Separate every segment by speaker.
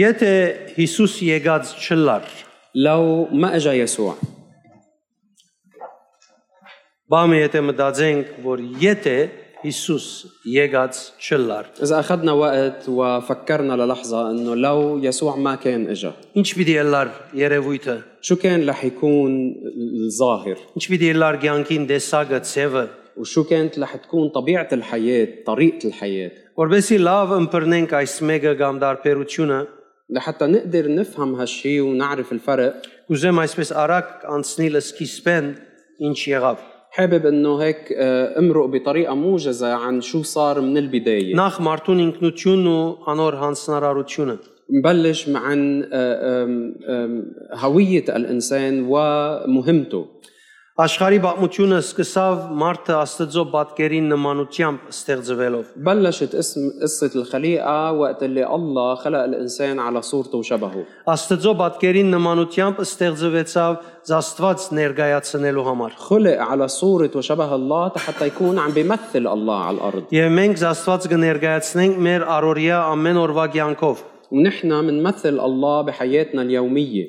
Speaker 1: Եթե Հիսուս եկած չլար,
Speaker 2: لو ما اجى يسوع
Speaker 1: բամը եթե մտածենք, որ եթե Հիսուս եկած չլար,
Speaker 2: اذا اخذنا وقت وفكرنا للحظه انه لو يسوع ما كان اجى
Speaker 1: ինչ պիտի լար երևույթը,
Speaker 2: شو كان رح يكون الظاهر
Speaker 1: ինչ պիտի լար ցանկին դեսագը ծևը,
Speaker 2: وشو كانت رح تكون طبيعه الحياه طريقه الحياه
Speaker 1: որովհետեւ լավ ըմբռնենք այս մեկը կամ դարբերությունը,
Speaker 2: لحتى نقدر نفهم هالشي ونعرف الفرق
Speaker 1: կուզեմ այսպես արագ անցնել սկիզբեն ինչ եղավ։
Speaker 2: حابب انه هيك آه، امرق بطريقه موجزه عن شو صار من البدايه
Speaker 1: Նախ մարդուն ինքնությունն ու անոր հանցնարարությունը։
Speaker 2: نبلش مع عن آه، آم، آم، هويه الانسان ومهمته
Speaker 1: Աշխարհի բացմունքը սկսավ մարդը Աստծո պատկերին նմանությամբ ստեղծվելով։
Speaker 2: بلشت اسم قصة الخليقة وقت اللي الله خلق الإنسان على صورته وشبهه
Speaker 1: Աստծո պատկերին նմանությամբ ստեղծվեցավ Աստված ներկայացնելու համար։
Speaker 2: خلق على صورة وشبه الله حتى يكون عم بيمثل الله على الأرض
Speaker 1: Եվ մենք Աստված կներկայացնենք մեր առօրյա ամեն օրվա կյանքով։
Speaker 2: ونحن منمثل الله بحياتنا اليومية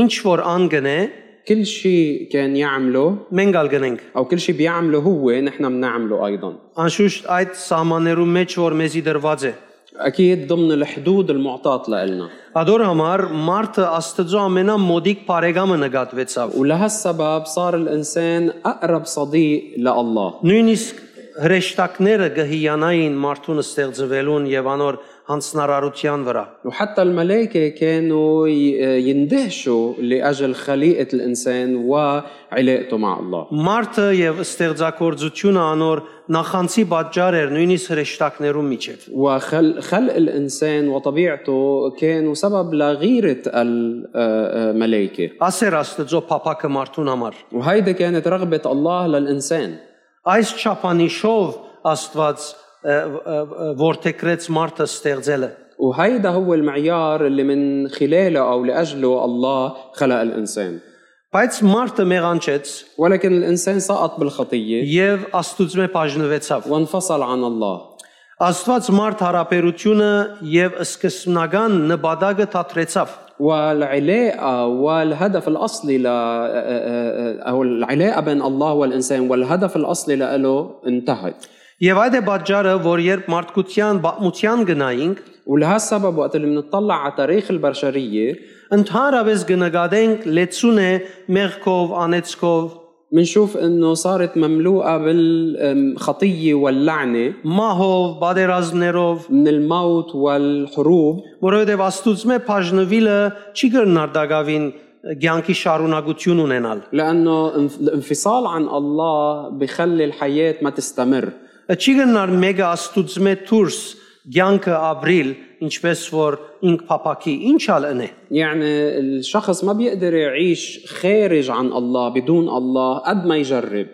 Speaker 1: Ինչ որ անգնե,
Speaker 2: كل شيء كان يعمله
Speaker 1: մենք ալ գնենք։
Speaker 2: أو كل شيء بيعمله هو نحن بنعمله أيضا
Speaker 1: Անշուշտ այդ սահմաններու մեջ որ մեզի դրված է։
Speaker 2: أكيد ضمن الحدود المعطاة لإلنا
Speaker 1: Ադոր համար մարդը Աստծո ամենամոդիկ բարեկամը նկատվեցավ։
Speaker 2: ولهالسبب صار الإنسان أقرب صديق لله
Speaker 1: Նույնիսկ հրեշտակները գհիանային մարդուն ստեղծվելուն եւ անոր հանցնարարության վրա։
Speaker 2: وحتى الملائكة كانوا ي- يندهشوا لأجل خليقة الإنسان وعلاقته مع الله
Speaker 1: Մարդը եւ ստեղծագործությունը անոր նախանցի պատճառ էր նույնիսկ հրեշտակներու միջև։
Speaker 2: وخلق الإنسان وطبيعته كانوا سبب لغيرة الملائكة
Speaker 1: Ասեր Աստծո փափակը մարդուն համար։
Speaker 2: وهيدي كانت رغبة الله للإنسان
Speaker 1: Այս չափանիշով Աստված ը, ը, ը, որդեգրեց մարդը ստեղծելը։
Speaker 2: وهيدا هو المعيار اللي من خلاله أو لأجله الله خلق الإنسان
Speaker 1: Բայց մարդը մեղանչեց
Speaker 2: ولكن الإنسان سقط بالخطية
Speaker 1: եւ Աստուծմե բաժնվեցավ։
Speaker 2: وانفصل عن الله
Speaker 1: Աստված մարդ հարաբերությունը եւ սկզբնական նպատակը դատրեցավ։
Speaker 2: والعلاقة والهدف الأصلي ل أو العلاقة بين الله والإنسان والهدف الأصلي له انتهت
Speaker 1: Եվ այդ է պատճառը, որ երբ մարդկության բացմության գնայինք,
Speaker 2: ولهالسبب وقت اللي بنطلع على تاريخ البشرية
Speaker 1: ընդհանրապես կնկատենք լեցուն է մեղքով, անեցքով,
Speaker 2: بنشوف انه صارت مملوءة بالخطية واللعنة
Speaker 1: մահով, բادرազներով,
Speaker 2: من الموت والحروب
Speaker 1: որովհետեւ Աստուծմե բաժնվիլը չի կրնարդակավին ցանկի շարունակություն ունենալ։
Speaker 2: لأنه انف- الانفصال عن الله بخلي الحياة ما تستمر
Speaker 1: Չի կրնար մեګه Աստուծմե դուրս ցանկը ապրիլ, ինչպես որ ինք փապակի, ինչալ ընե։
Speaker 2: يعني الشخص ما بيقدر يعيش خارج عن الله بدون الله قد ما يجرب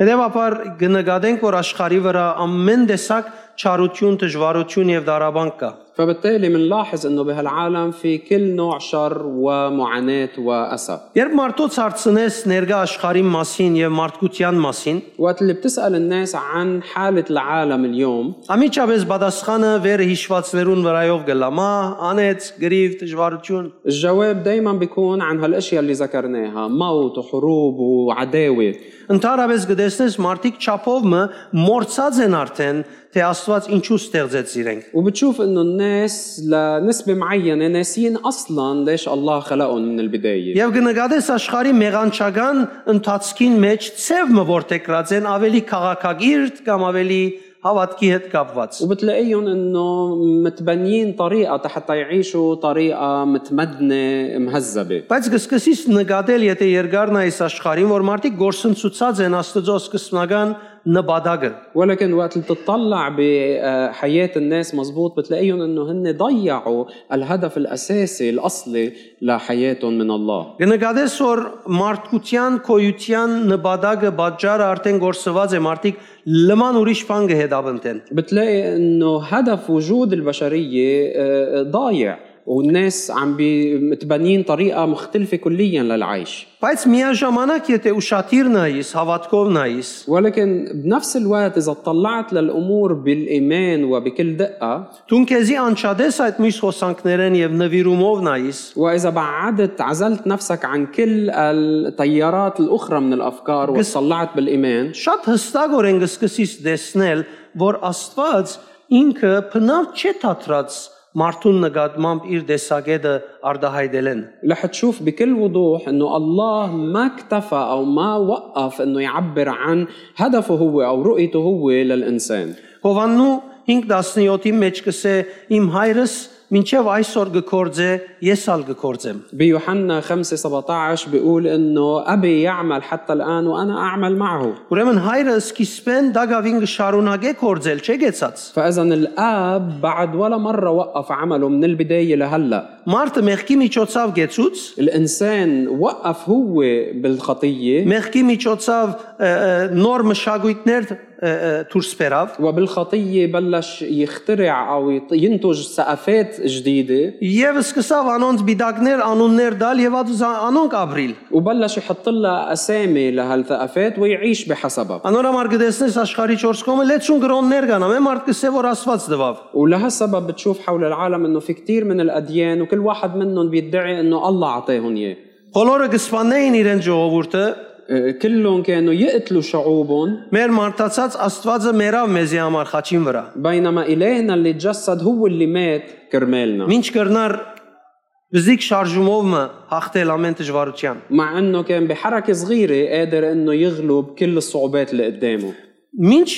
Speaker 1: Հետևաբար կնկատենք, որ աշխարի վրա ամեն տեսակ չարություն, դժվարություն եւ դարաբանք կա։
Speaker 2: فبالتالي بنلاحظ انه بهالعالم في كل نوع شر ومعاناة واسى
Speaker 1: Երբ մարդոց հարցնես ներկա աշխարի մասին եւ մարդկության մասին,
Speaker 2: وقت اللي بتسأل الناس عن حالة العالم اليوم
Speaker 1: ամիջապես պատասխանը վերը հիշվածներուն վրայով գլամա, անեց, գրիվ, դժվարություն։
Speaker 2: الجواب دايما بيكون عن هالاشياء اللي ذكرناها موت وحروب وعداوة
Speaker 1: Ընդհանրապես գտեսնես մարդիկ ճապովը մորցած են արդեն, թե Աստված ինչու ստեղծեց իրենք։
Speaker 2: وبتشوف انه الناس لنسبة معينة ناسيين اصلا ليش الله خلقهم من البداية
Speaker 1: Եվ կնկատես աշխարի մեղանչական ընթացքին մեջ ծևը որտեգրած են ավելի քաղաքագիրտ կամ ավելի հավատքի հետ կապված։
Speaker 2: وبتلاقيهم انه متبنيين طريقة حتى يعيشوا طريقة متمدنة مهذبة
Speaker 1: Բայց կսկսես նկատել, եթե երկար նայես աշխարհին, որ մարդիկ գործընծուցած են Աստծո սկզբնական նպատակը։
Speaker 2: ولكن وقت اللي بتطلع بحياة الناس مزبوط بتلاقيهم انه هن ضيعوا الهدف الاساسي الاصلي لحياتهم من الله
Speaker 1: Կնկատես, որ մարդկության կոյության նպատակը բաճարը արդեն գործված է, մարդիկ լման ուրիշ բան կհետապնդեն։
Speaker 2: بتلاقي انه هدف وجود البشرية آه، ضايع والناس عم بي- متبنيين طريقه مختلفه كليا للعيش
Speaker 1: Բայց միաժամանակ եթե ուշադիր նայես, հավատքով նայես,
Speaker 2: ولكن بنفس الوقت اذا اطلعت للامور بالايمان وبكل دقه
Speaker 1: դու քեզի անչադես այդ միշտ խոսանքներեն եւ նվիրումով նայես,
Speaker 2: واذا بعدت عزلت نفسك عن كل التيارات الاخرى من الافكار وطلعت بالايمان
Speaker 1: շատ հստակ օրեն կսկսես տեսնել, որ Աստված ինքը փնավ չէ թատրած մարդուն նկատմամբ իր դեսագետը արդահայտելեն։
Speaker 2: رح تشوف بكل وضوح انه الله ما اكتفى او ما وقف انه يعبر عن هدفه هو او رؤيته هو للانسان
Speaker 1: Հովաննու 5:17-ի մեջ կսե իմ հայրս մինչև այսօր գործե, ես ալ գործեմ։
Speaker 2: بيوحنا 5 17 بيقول انه ابي يعمل حتى الان وانا اعمل معه
Speaker 1: Ուրեմն հայրը սկիզբեն դակավին կշարունակե գործել, չէ՞ գեցած։
Speaker 2: فاذا الاب بعد ولا مره وقف عمله من البدايه لهلا
Speaker 1: Մարտը մեղքի միջոցով գեցուց,
Speaker 2: الانسان وقف هو بالخطيه
Speaker 1: մեղքի միջոցով ը, ը, նոր մշակույթներ ը, ը, դուրս բերավ
Speaker 2: وبالخطيه بلش يخترع او يط- ينتج ثقافات جديده
Speaker 1: եւ սկսավ անոնց բիդակներ, անուններ դալ եւ ած- անոնք ապրիլ։
Speaker 2: وبلش يحط لها اسامي لهالثقافات ويعيش بحسبها
Speaker 1: Անորամար գտեսնես աշխարհի 4 կողմը 60 գրոններ կան, ամեն մարդ կսե որ Աստված տվավ։
Speaker 2: ولهالسبب بتشوف حول العالم انه في كتير من الاديان وكل واحد منهم بيدعي انه الله عطاهم اياه
Speaker 1: Բոլորը գսպանեին իրեն ժողովուրդը,
Speaker 2: آه، كلهم كانوا يقتلوا شعوبهم
Speaker 1: Մեր մարտածած Աստվածը մերավ մեզի համար խաչին վրա։
Speaker 2: بينما الهنا اللي تجسد هو اللي مات كرمالنا
Speaker 1: Մինչ կրնար բզիկ շարժումովը հաղթել ամեն դժվարության։
Speaker 2: مع انه كان بحركه صغيره قادر انه يغلب كل الصعوبات اللي قدامه
Speaker 1: Մինչ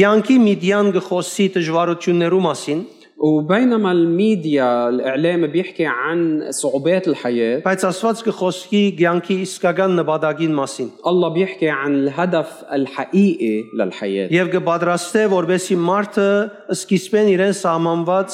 Speaker 1: ցանկի միդյան գխոսի դժվարություններու մասին,
Speaker 2: وبينما الميديا الاعلام بيحكي عن صعوبات الحياه
Speaker 1: բայց Աստված գխոսի ցանկի իսկական նպատակին մասին։
Speaker 2: الله بيحكي عن الهدف الحقيقي للحياه
Speaker 1: Եվ կպատրաստե, որբեսի մարդը սկիզբեն իրեն սահմանված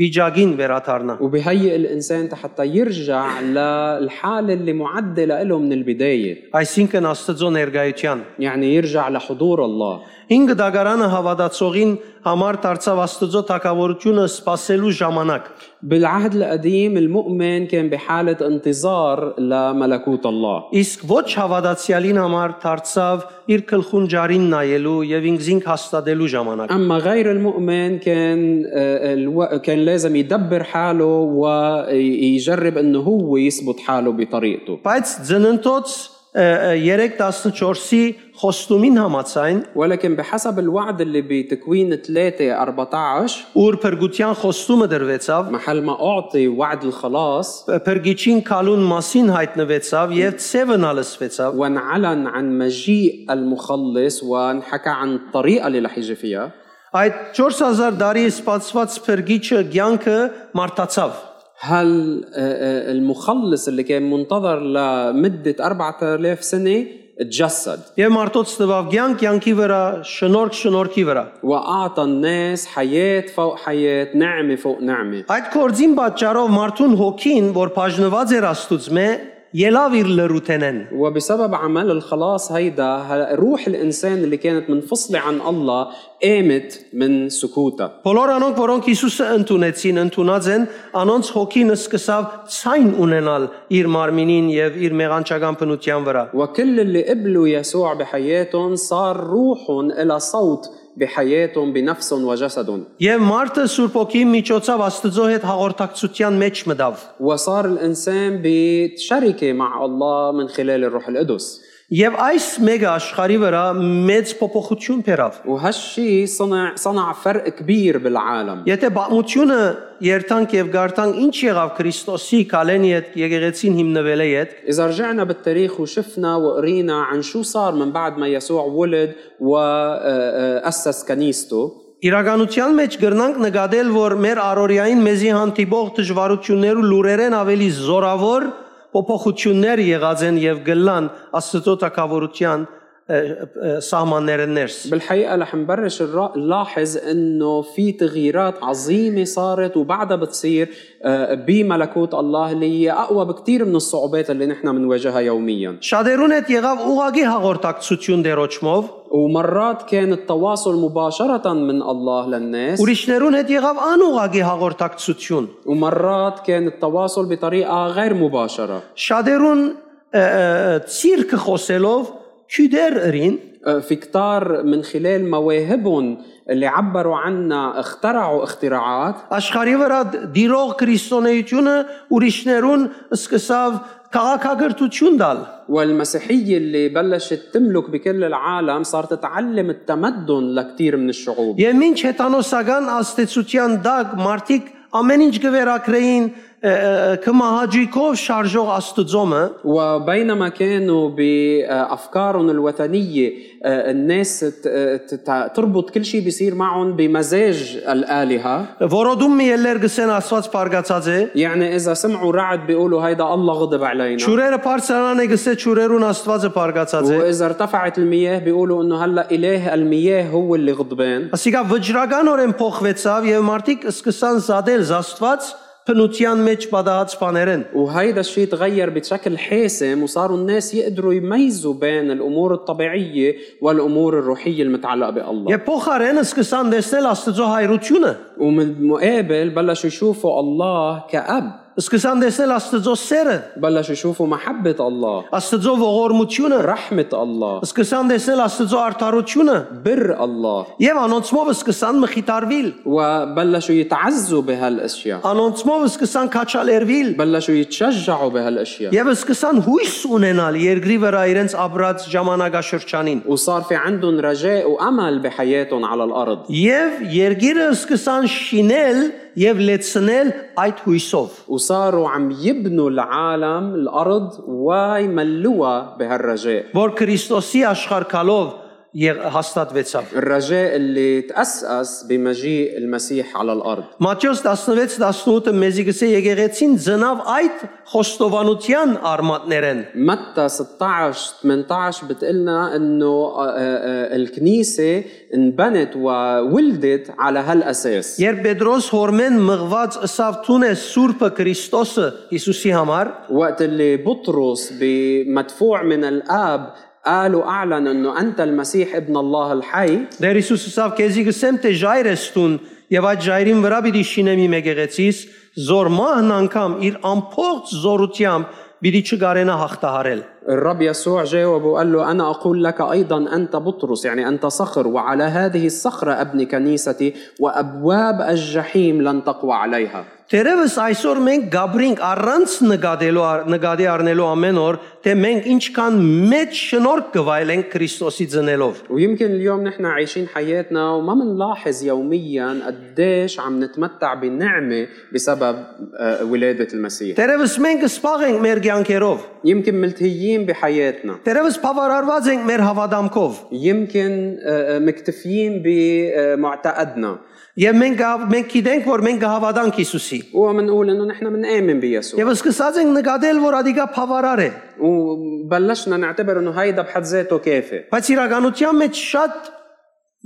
Speaker 1: վիճակին վերադառնա։
Speaker 2: وبهيئ الانسان حتى يرجع للحاله اللي معدله له من البدايه
Speaker 1: Այսինքն Աստծո ներգայության։
Speaker 2: يعني يرجع لحضور الله
Speaker 1: Ինգ դագարանը հավատացողին համար դարձավ Աստծո թակավորությունը սпасելու ժամանակ։
Speaker 2: بالعهد القديم المؤمن كان بحاله انتظار لملكوت الله
Speaker 1: Իսկ ոչ հավատացյալին համար դարձավ իր քլխունջարին նայելու եւ ինքզինք հաստատելու ժամանակ։
Speaker 2: اما غير المؤمن كان آه، الو- كان لازم يدبر حاله ويجرب انه هو يثبت حاله بطريقته
Speaker 1: Բայց ծննդոց 3:14-ի խոստումին համաձայն
Speaker 2: ولكن بحسب الوعد اللي بتكوين 3 14
Speaker 1: ուր փրկության խոստումը դրվեցավ,
Speaker 2: محل ما اعطي وعد الخلاص
Speaker 1: փրկիչին քալուն մասին հայտնվեցավ եւ ցևն ալսվեցավ։
Speaker 2: وانعلن عن مجيء المخلص وانحكى عن الطريقه اللي رح يجي فيها
Speaker 1: Այդ 4000 տարի սպասված փրկիչը ցանկը մարտացավ։
Speaker 2: هل آه، آه، المخلص اللي كان منتظر لمده 4000 سنه تجسد
Speaker 1: Եվ մարտոց տվավ ցանկ ցանկի վրա, շնորհք շնորհքի վրա։
Speaker 2: واعطى الناس حياه فوق حياه نعمه فوق نعمه
Speaker 1: Այդ կորձին պատճառով մարդուն հոգին, որ բաժնված էր Աստուծմե, ելավ իր լրութենեն։
Speaker 2: وبسبب عمل الخلاص هيدا هل- روح الانسان اللي كانت منفصله عن الله قامت من سكوتها
Speaker 1: Բոլոր անոնք, որոնք Հիսուսը ընդունեցին, ընդունած են, անոնց հոգին սկսավ ցայն ունենալ իր մարմինին եւ իր մեղանչական բնության վրա։
Speaker 2: وكل اللي قبلوا يسوع بحياتهم صار روحهم إلى صوت بحياتهم بنفسهم وجسدهم
Speaker 1: Եվ մարդը Սուրբ Օքի միջոցով Աստծո հետ հաղորդակցության մեջ մտավ։
Speaker 2: وصار الانسان بشركه مع الله من خلال الروح القدس
Speaker 1: Եվ այս մեګه աշխարի վրա մեծ փոփոխություն բերավ։
Speaker 2: وهالشي صنع صنع فرق كبير بالعالم
Speaker 1: Եթե բամությունը երթանք եւ գարտանք ինչ եղավ Քրիստոսի կալենի հետ եկեղեցին հիմնվել է հետ,
Speaker 2: إذا رجعنا بالتاريخ وشفنا وقرينا عن شو صار من بعد ما يسوع ولد وأسس كنيسته
Speaker 1: Իրականության մեջ գրնանք նկատել, որ մեր առօրյային մեզի հանդիպող դժվարություններ ու լուրերեն ավելի զորավոր փոփոխություններ եղած են եւ գլան Աստծո թակավորության սահմանները ներս։
Speaker 2: بالحقيقة رح نبرش الرا- نلاحظ انه في تغييرات عظيمة صارت وبعدها بتصير آه، بملكوت الله اللي هي اقوى بكثير من الصعوبات اللي نحن بنواجهها يوميا
Speaker 1: Շադերուն հետ եղավ ուղագի հաղորդակցություն դերոճմով,
Speaker 2: ومرات كان التواصل مباشرة من الله للناس
Speaker 1: ուրիշներուն հետ եղավ անուղագի հաղորդակցություն։
Speaker 2: ومرات كان التواصل بطريقة غير مباشرة
Speaker 1: Շադերուն ը, ը, ը, ցիրկը խոսելով քյուդեր ըրին
Speaker 2: آه، في كتار من خلال مواهبهم اللي عبروا عنا اخترعوا اختراعات
Speaker 1: աշխարի վրա դ- դիրող քրիստոնեությունը ուրիշներուն սկսավ քաղաքագրություն տալ։
Speaker 2: والمسيحية اللي بلشت تملك بكل العالم صارت تتعلم التمدن لكتير من الشعوب
Speaker 1: Եվ ինչ հեթանոսական աստեցության դակ մարդիկ ամեն ինչ գվերակրեին ը, ը, կմահաջիկով շարժող աստծոմը,
Speaker 2: وبينما كانوا بأفكارهم الوثنية آه، الناس ت- ت- تربط كل شيء بيصير معهم بمزاج الآلهة
Speaker 1: որոդում մի ելեր գսեն Աստված բարգացած է։
Speaker 2: يعني إذا سمعوا رعد بيقولوا هيدا الله غضب علينا
Speaker 1: Ճուրերը բարձրանան է գսե ճուրերուն Աստվածը բարգացած է։
Speaker 2: وإذا ارتفعت المياه بيقولوا إنه هلا إله المياه هو اللي غضبان
Speaker 1: Ասիկա վճռական օրեն փոխվեցավ եւ մարդիկ սկսան զադել Աստված փնության մեջ պատահած բաներն։
Speaker 2: وهيدا الشيء تغير بشكل حاسم وصاروا الناس يقدروا يميزوا بين الامور الطبيعيه والامور الروحيه المتعلقه بالله
Speaker 1: Եվ փոխարենը սկսան տեսնել Աստծո հայրությունը,
Speaker 2: ومن المقابل بلشوا يشوفوا الله كاب
Speaker 1: սկսան տեսնել Աստծո սերը,
Speaker 2: بلشوا يشوفوا محبه الله
Speaker 1: Աստծո ողորմությունը,
Speaker 2: رحمه الله
Speaker 1: սկսան տեսնել Աստծո արդարությունը
Speaker 2: بر الله
Speaker 1: եւ անոնցմով սկսան մխիտարվել,
Speaker 2: وبلشوا يتعزوا بهالاشياء
Speaker 1: անոնցմով սկսան քաչալերվել
Speaker 2: بلشوا يتشجعوا بهالاشياء
Speaker 1: եւ սկսան հույս ունենալ երկրի վրա իրենց ապրած ժամանակաշրջանին։
Speaker 2: وصار في عندهم رجاء وامل بحياتهم على الارض
Speaker 1: Եվ երկիրը սկսան շինել եւ լեցնել այդ հույսով։
Speaker 2: وصاروا عم يبنوا العالم الارض ويملوها بهالرجاء
Speaker 1: որ Քրիստոսի աշխարհքալով եղ- հաստատվեցավ։
Speaker 2: الرجاء اللي تأسأس بمجيء المسيح على الأرض
Speaker 1: Մատթեոս 16:18-ը մեզի գսե եկեղեցին ծնավ այդ խոստովանության արմատներեն։
Speaker 2: متى 16 18 بتقلنا انه آه، آه، آه، الكنيسه انبنت وولدت على هالاساس
Speaker 1: Երբ Պետրոս հորմեն մղված ըսավ տուն է Սուրբը Քրիստոսը Հիսուսի համար,
Speaker 2: وقت اللي بطرس بمدفوع من الاب قال واعلن انه انت المسيح ابن الله الحي
Speaker 1: դեր Հիսուսը ասավ քեզի գսեմ թե ժայր ես տուն եւ այդ ժայրին վրա պիտի շինեմ իմ եկեղեցիս, զոր մահն անգամ իր ամբողջ զորությամբ պիտի չգարենա հաղթահարել։
Speaker 2: الرب يسوع جاوبه وقال له أنا أقول لك أيضا أنت بطرس يعني أنت صخر وعلى هذه الصخرة أبني كنيستي وأبواب الجحيم لن تقوى عليها
Speaker 1: Տերևս այսօր մենք Գաբրինգ առանց նկատելու նկատի առնելու ամեն օր, թե մենք ինչքան մեծ շնորհք գվայլենք Քրիստոսի ծնելով։
Speaker 2: ويمكن اليوم نحن عايشين حياتنا وما منلاحظ يوميا قديش عم نتمتع بنعمة بسبب آه، ولادة المسيح
Speaker 1: Տերևս մենք սպաղենք մեր ցանկերով։
Speaker 2: يمكن ملتهيين بحياتنا
Speaker 1: Տերևս բավարարված ենք մեր հավատամքով։
Speaker 2: يمكن آه، آه، مكتفيين بمعتقدنا
Speaker 1: Եվ մենք գա- մենք գիտենք, որ մենք կհավատանք Հիսուսի։
Speaker 2: ومنقول انه نحن منآمن بيسوع
Speaker 1: Եվ սկսած ենք նկատել, որ ադիկա բավարար է։
Speaker 2: وبلشنا نعتبر انه هيدا بحد ذاته كافي
Speaker 1: Բայց իրականության մեջ շատ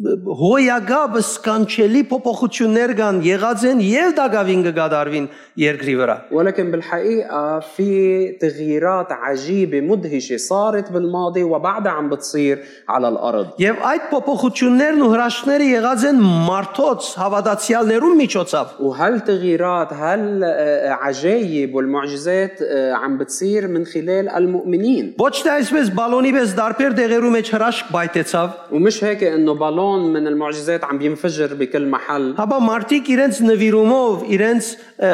Speaker 1: հոյագաբ սկանչելի փոփոխություններ կան եղած են եւ դակավին կգադարվին երկրի վրա։
Speaker 2: ولكن بالحقيقة في تغييرات عجيبة مدهشة صارت بالماضي وبعدها عم بتصير على الأرض
Speaker 1: Եվ այդ փոփոխություններն ու հրաշները եղած են մարդոց հավատացյալներու միջոցով։
Speaker 2: وهالتغييرات هالعجايب آه، والمعجزات آه، عم بتصير من خلال المؤمنين
Speaker 1: Ոչ թե այսպես բալոնի պես դարբեր դեղերու մեջ հրաշք բայթեցավ,
Speaker 2: ومش هيك انه بالون من المعجزات عم بينفجر بكل محل
Speaker 1: հապա մարդիկ իրենց նվիրումով, իրենց ը,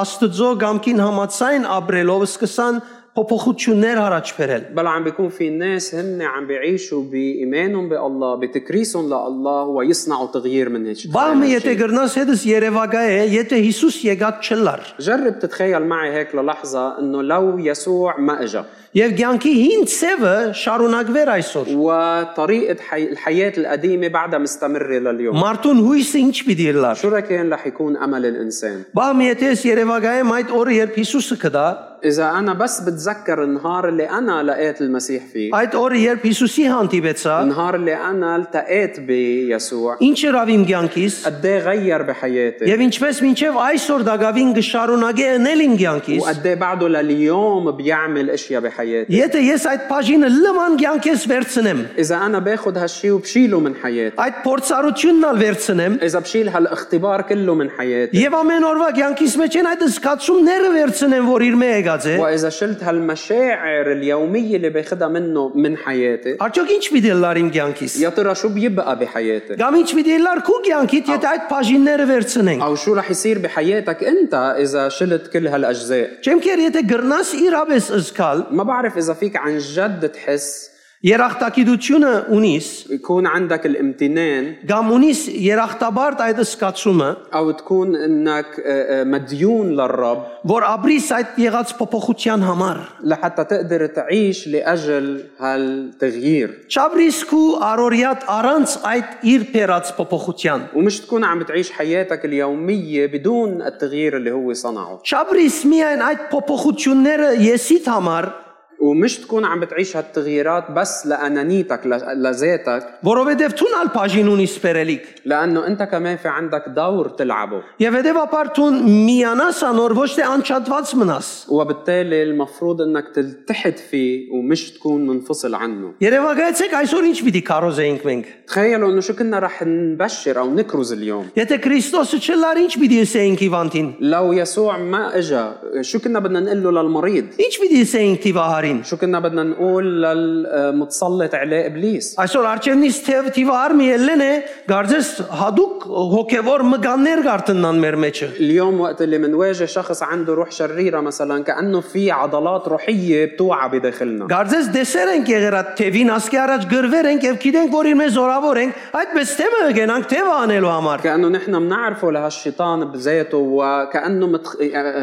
Speaker 1: աստծո գամքին համացայն ապրելով սկսան փոփոխություններ առաջ բերել։
Speaker 2: بل عم بيكون في ناس هن عم بيعيشوا بإيمانهم بالله بتكريسهم لله ويصنعوا تغيير من هيك
Speaker 1: Բամը եթե գրնաս հետս Երևակա է, եթե Հիսուս եկած չլար։
Speaker 2: جرب تتخيل معي هيك للحظة انه لو يسوع ما اجا
Speaker 1: Եվ ցանկի հին ցևը շարունակվեր այսօր։
Speaker 2: وطريقة حي... الحياة القديمة بعدها مستمرة لليوم
Speaker 1: Մարդուն հույսը ինչ պիտի լար։
Speaker 2: شو ركان رح يكون أمل الإنسان
Speaker 1: Բամ եթե ես Երևակայեմ այդ օրը, երբ Հիսուսը կդա,
Speaker 2: اذا انا بس بتذكر النهار اللي انا لقيت المسيح فيه
Speaker 1: Այդ օրը երբ Հիսուսի հանդիպեցա,
Speaker 2: النهار اللي انا التقيت بيسوع
Speaker 1: ինչ երավ իմ կյանքիս
Speaker 2: قد ايه غير بحياتي
Speaker 1: եւ ինչպես մինչեւ այսօր դակավին կշարունակե ընել իմ կյանքիս,
Speaker 2: وقد ايه بعده لليوم بيعمل اشياء بحياتي
Speaker 1: եթե ես այդ բաժինը լման կյանքես վերցնեմ,
Speaker 2: اذا انا باخذ هالشي وبشيله من حياتي
Speaker 1: այդ փորձառությունն ալ վերցնեմ
Speaker 2: اذا بشيل هالاختبار كله من حياتي
Speaker 1: եւ ամեն օրվա կյանքիս մեջ են այդ զգացումները վերցնեմ, որ իր մեջ եկած է,
Speaker 2: واذا شلت هالمشاعر اليوميه اللي باخذها منه من حياتي
Speaker 1: արդյոք ինչ պիտի լար իմ կյանքիս։
Speaker 2: يا ترى شو بيبقى بحياتي
Speaker 1: Կամ ինչ պիտի լար քու կյանքիդ, եթե այդ բաժինները վերցնենք։
Speaker 2: او شو رح يصير بحياتك انت اذا شلت كل هالاجزاء
Speaker 1: Չեմքեր եթե գրնաս իրավես ըսկալ,
Speaker 2: ما بعرف اذا فيك عن جد تحس
Speaker 1: երախտագիտությունը ունիս
Speaker 2: يكون عندك الامتنان
Speaker 1: Կամ ունիս երախտաբարտ այդ սկացումը,
Speaker 2: او تكون انك آه، آه، مديون للرب
Speaker 1: որ ապրիս այդ եղած փոփոխության համար։
Speaker 2: لحتى تقدر تعيش لاجل هالتغيير
Speaker 1: Չաբրիս քու արորյատ առանց այդ իր փերած փոփոխության։
Speaker 2: ومش تكون عم تعيش حياتك اليوميه بدون التغيير اللي هو صنعه
Speaker 1: Չաբրիս միայն այդ փոփոխությունները եսիդ համար,
Speaker 2: ومش تكون عم بتعيش هالتغييرات بس لانانيتك ل- لذاتك
Speaker 1: որովհետև ցունալ բաժին ունի սպերելիք։
Speaker 2: لانه انت كمان في عندك دور تلعبه
Speaker 1: Եվ հետևաբար ցուն միանաս անոր ոչ թե անչատված մնաս։
Speaker 2: وبالتالي المفروض انك تلتحد فيه ومش تكون منفصل عنه
Speaker 1: Երևակայեցեք այսօր ինչ պիտի կարոզեինք մենք։
Speaker 2: تخيلوا انه شو كنا رح نبشر او نكرز اليوم
Speaker 1: Եթե Քրիստոսը չլար, ինչ պիտի ասեինք Իվանտին։
Speaker 2: لو يسوع ما اجا شو كنا بدنا نقول له للمريض
Speaker 1: Ինչ պիտի ասեինք Տիվահարին։
Speaker 2: شو كنا بدنا نقول للمتسلط عليه ابليس
Speaker 1: Այսօր արջենից թեև թիվար մի ելն է, գարձես հadouk հոգևոր մգաններ գարտնան մեր մեջը։
Speaker 2: اليوم وقت اللي منواجه شخص عنده روح شريرة مثلا كأنه في عضلات روحية بتوعى بداخلنا
Speaker 1: Գարձես դեսեր ենք եղեր այդ թևին ասկի առաջ գրվեր ենք եւ գիտենք որ իր մեզ զորավոր ենք, այդպես թեմը գնանք թևը անելու համար։
Speaker 2: كأنه نحن منعرفه لهالشيطان بذاته وكأنه متخ...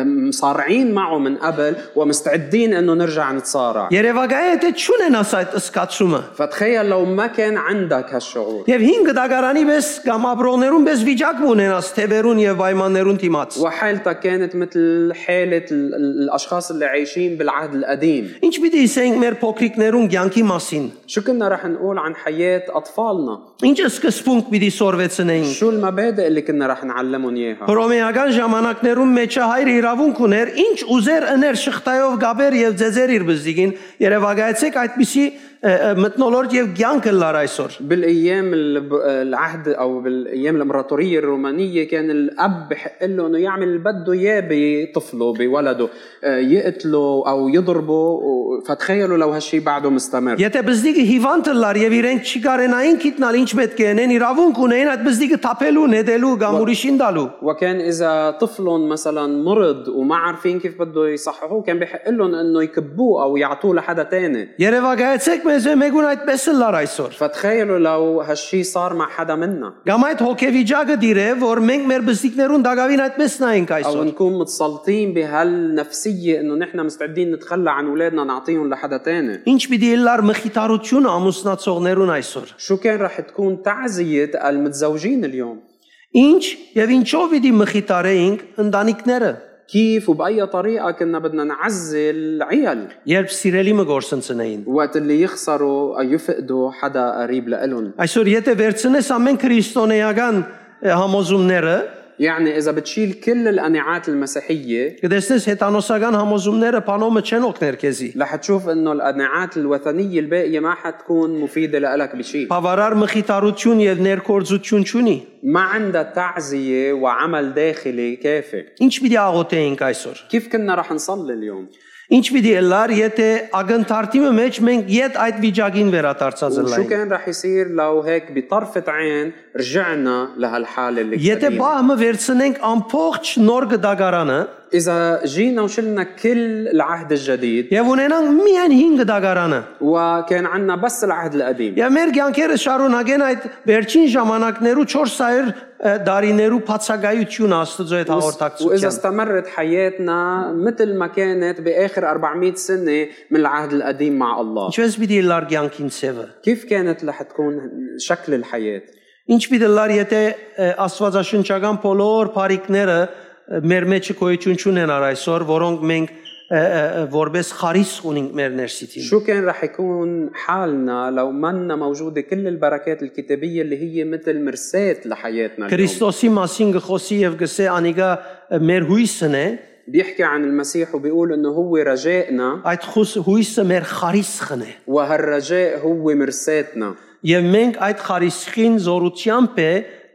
Speaker 2: مصارعين معه من قبل ومستعدين انه نرجع نتصارع
Speaker 1: Երևակայ է թե չունենաս այդ սկացումը։
Speaker 2: فتخيل لو ما كان عندك هالشعور
Speaker 1: Եվ 5 դագարանի մեզ կամ ապրոներուն մեզ վիճակ ունենաս թևերուն եւ պայմաններուն դիմաց։
Speaker 2: وحالتك كانت مثل حالة ال- ال- الأشخاص اللي عايشين بالعهد القديم
Speaker 1: Ինչ պիտի ասենք մեր փոքրիկներուն ցանկի մասին։
Speaker 2: شو كنا رح نقول عن حياة أطفالنا
Speaker 1: Ինչ սկզբունք պիտի սորվեցնեին։
Speaker 2: شو المبادئ اللي كنا رح نعلمهم إياها
Speaker 1: Հռոմեական ժամանակներում մեջը հայր իրավունք ուներ, ինչ ուզեր ըներ շղթայով գաբեր եւ ձեզեր իր բզիգին, երևակայեցեք այդպիսի ը, ը, մտնոլորտ եւ ցանկը լար այսօր։
Speaker 2: بالأيام الب- العهد أو بالأيام الإمبراطورية الرومانية كان الأب بحق له إنه يعمل اللي بده إياه بطفله بولده آه، يقتله أو يضربه و- فتخيلوا لو هالشي بعده مستمر
Speaker 1: Եթե բզդիկը հիվանդ լար եւ իրենք չկարենային գիտնալ ինչ պետք է անեն, իրավունք ունեին այդ բզդիկը թափելու, նետելու կամ ուրիշին տալու։
Speaker 2: وكان اذا طفل مثلا مرض وما عارفين كيف بده يصححوه كان بحق لهم انه يكبوه او يعطوه لحدا تاني
Speaker 1: Երևակայեցեք մեզ մեգուն այդպես էլ լար այսօր։
Speaker 2: فتخيلوا لو هالشي صار مع حدا منا
Speaker 1: Կամ այդ հոգեվիճակը դիրե, որ մենք մեր բզդիկներուն դակավին այդպես նայենք
Speaker 2: او
Speaker 1: այսօր։
Speaker 2: نكون متسلطين بهالنفسيه انه نحن مستعدين نتخلى عن اولادنا نعطيهم لحدا تاني
Speaker 1: Ինչ պիտի լար մխիթարություն ամուսնացողներուն այսօր։
Speaker 2: شو كان رح تكون تعزية المتزوجين اليوم
Speaker 1: Ինչ եւ ինչով պիտի մխիթարեինք ընտանիքները,
Speaker 2: كيف وبأي طريقة كنا بدنا نعزي العيال
Speaker 1: երբ սիրելի մը գործընծնեին։
Speaker 2: وقت اللي يخسروا أو يفقدوا حدا قريب لإلهم
Speaker 1: Այսօր եթե վերցնես ամեն քրիստոնեական ը, համոզումները,
Speaker 2: يعني إذا بتشيل كل القناعات المسيحية
Speaker 1: կտեսնես հետանոսական համոզումները բանոմը չեն օգներ քեզի։
Speaker 2: رح تشوف انه القناعات الوثنيه الباقيه ما حتكون مفيده لإلك بشيء
Speaker 1: Բավարար մխիթարություն եւ ներկործություն չունի։
Speaker 2: ما عندها تعزيه وعمل داخلي كافي
Speaker 1: Ինչ պիտի աղոթեինք այսօր։
Speaker 2: كيف كنا رح نصلي اليوم
Speaker 1: Ինչ պիտի լար, եթե ագնթարթի մեջ մենք յետ այդ վիճակին վերադարձած
Speaker 2: وشو
Speaker 1: լայնք։
Speaker 2: كان رح يصير لو هيك بطرفة عين رجعنا لهالحالة اللي
Speaker 1: Եթե
Speaker 2: قديمة؟
Speaker 1: բահմը վերցնենք ամբողջ նոր գդագարանը
Speaker 2: إذا جينا وشلنا كل العهد الجديد
Speaker 1: եւ ունենանք միայն 5 գդագարանը,
Speaker 2: وكان عنا بس العهد القديم
Speaker 1: Եվ մեր ցանկերը շարունակեն այդ վերջին ժամանակներու 400 դարիներու բացակայություն Աստծո հետ
Speaker 2: وإذا
Speaker 1: հաղորդակցության։
Speaker 2: استمرت حياتنا مثل ما كانت بآخر 400 سنة من العهد القديم مع الله
Speaker 1: Ինչպես պիտի լար ցանկին ծևը։
Speaker 2: كيف كانت رح تكون شكل الحياة؟
Speaker 1: Ինչ պիտի լար, եթե ը, Աստվածաշնչական բոլոր բարիկները մեր մեջ գոյություն ունենար այսօր, որոնք մենք ը, ը, ը, որպես խարիսխ ունենք մեր ներսիտին։
Speaker 2: شو كان رح يكون حالنا لو منا موجودة كل البركات الكتابية اللي هي مثل مرساة لحياتنا اليوم
Speaker 1: Քրիստոսի մասին գխոսի եւ գսե անիգա ը, մեր հույսն է,
Speaker 2: بيحكي عن المسيح وبيقول انه هو رجائنا
Speaker 1: այդ խուս- հույսը մեր խարիսխն է։
Speaker 2: وهالرجاء هو مرساتنا
Speaker 1: Եվ մենք այդ խարիսխին զորությամբ է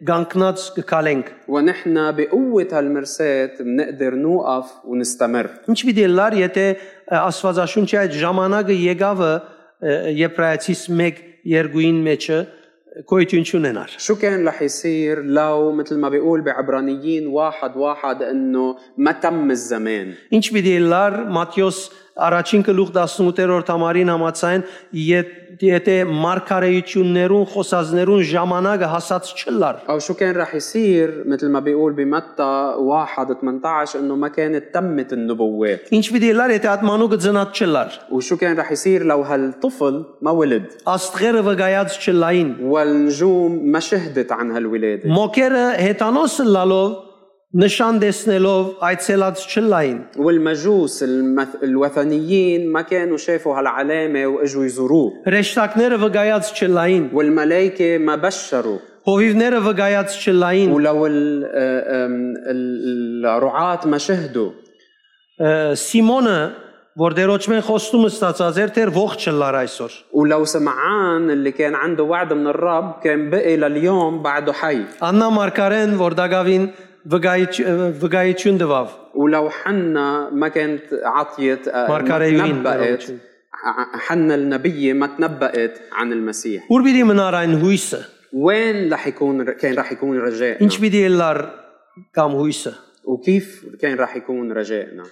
Speaker 1: գանկնած կկալենք։
Speaker 2: ونحن بقوة هالمرساة بنقدر نوقف ونستمر
Speaker 1: Ինչ պիտի լար, եթե ը, Աստվածաշունչի այդ ժամանակը եկավը ը, Եբրայեցիս 1 երկուին մեջը գոյություն չունենար։
Speaker 2: شو كان رح يصير لو مثل ما بيقول بعبرانيين واحد واحد انه ما تم الزمان
Speaker 1: Ինչ պիտի լար Մատթեոս առաջին գլուխ 18-րդ համարին համաձայն, ետ- եթե մարգարեություններուն խոսածներուն ժամանակը հասած չլար։
Speaker 2: او شو كان رح يصير مثل ما بيقول بمتى واحد 18 انه ما كانت تمت النبوات
Speaker 1: Ինչ պիտի լար, եթե այդ մանուկը ծնած չլար։
Speaker 2: وشو كان رح يصير لو هالطفل ما ولد
Speaker 1: Աստղերը վկայած չլային։
Speaker 2: والنجوم ما شهدت عن هالولادة
Speaker 1: Մոկերը հետանոսը լալով նշան դեսնելով այցելած չլային։
Speaker 2: والمجوس المث... الوثنيين ما كانوا شافوا هالعلامة واجوا يزوروه
Speaker 1: Հրեշտակները վկայած չլային,
Speaker 2: والملائكة ما بشروا
Speaker 1: հովիվները վկայած չլային,
Speaker 2: ولو ال- آه، آم، ال- الرعاة ما شهدوا
Speaker 1: ը, Սիմոնը, որ դերոճմեն խոստումը ստացած էր, թեր ողջ չլար այսօր։
Speaker 2: ولو سمعان اللي كان عنده وعد من الرب كان بقي لليوم بعده حي
Speaker 1: Աննա Մարկարեն, որ դակավին վկայիչ- ը, վկայություն տվավ,
Speaker 2: ولو حنا ما كانت عطيت آه، ما
Speaker 1: ماركاريوين
Speaker 2: تنبأت
Speaker 1: بالرجل.
Speaker 2: ع- حنا النبية ما تنبأت عن المسيح
Speaker 1: ուր պիտի մնար այն հույսը,
Speaker 2: وين رح يكون كان رح يكون رجائنا
Speaker 1: ինչ պիտի լար կամ հույսը։
Speaker 2: وكيف كان رح يكون رجائنا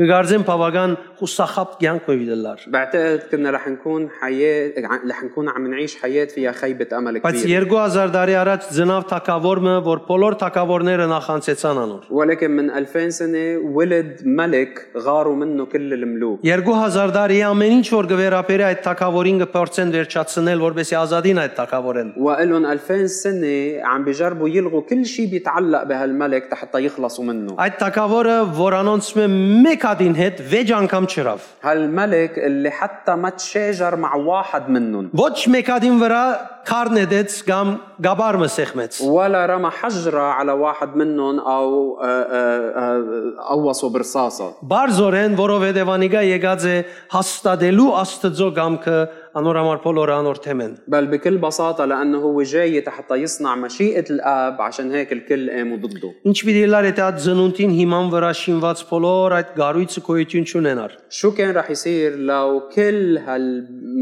Speaker 1: Կգարձեմ բավական խուսախապ կյանք ու դլար։
Speaker 2: بعتقد كنا رح نكون حياة ع- رح نكون عم نعيش حياة فيها خيبة أمل
Speaker 1: Բայց
Speaker 2: كبير
Speaker 1: 2000 տարի առաջ ծնավ թակավորը, որ բոլոր թակավորները նախանցեցան անոր։
Speaker 2: ولكن من 2000 سنة ولد ملك غاروا منه كل الملوك
Speaker 1: 2000 տարի ամեն ինչ որ գվերապերի այդ թակավորին կփորձեն վերջացնել, որբեսի ազատին այդ թակավորեն։
Speaker 2: وإلهم 2000 سنة عم بيجربوا يلغوا كل شيء بيتعلق بهالملك حتى يخلصوا منه
Speaker 1: Այդ թակավորը, որ անոնց մե մեկ հատին հետ վեճ անգամ չրավ։
Speaker 2: هالملك اللي حتى ما تشاجر مع واحد منهم
Speaker 1: Ոչ մեկ հատին վրա քարնեդեց կամ գաբարմը սեղմեց։
Speaker 2: ولا رمى حجرة على واحد منهم أو آه، آه، آه، قوصوا برصاصة
Speaker 1: Բարձորեն, որովհետև անիգա եկած է հաստատելու Աստծո կամքը անոր համար բոլորը անոր թեմեն։
Speaker 2: بل بكل بساطة لأنه هو جاي حتى يصنع مشيئة الآب عشان هيك الكل قاموا ضده
Speaker 1: Ինչ պիտի լար եթե այդ ծնունդին հիման վրա շինված բոլոր այդ գարույցը գոյություն չունենար։
Speaker 2: شو كان رح يصير لو كل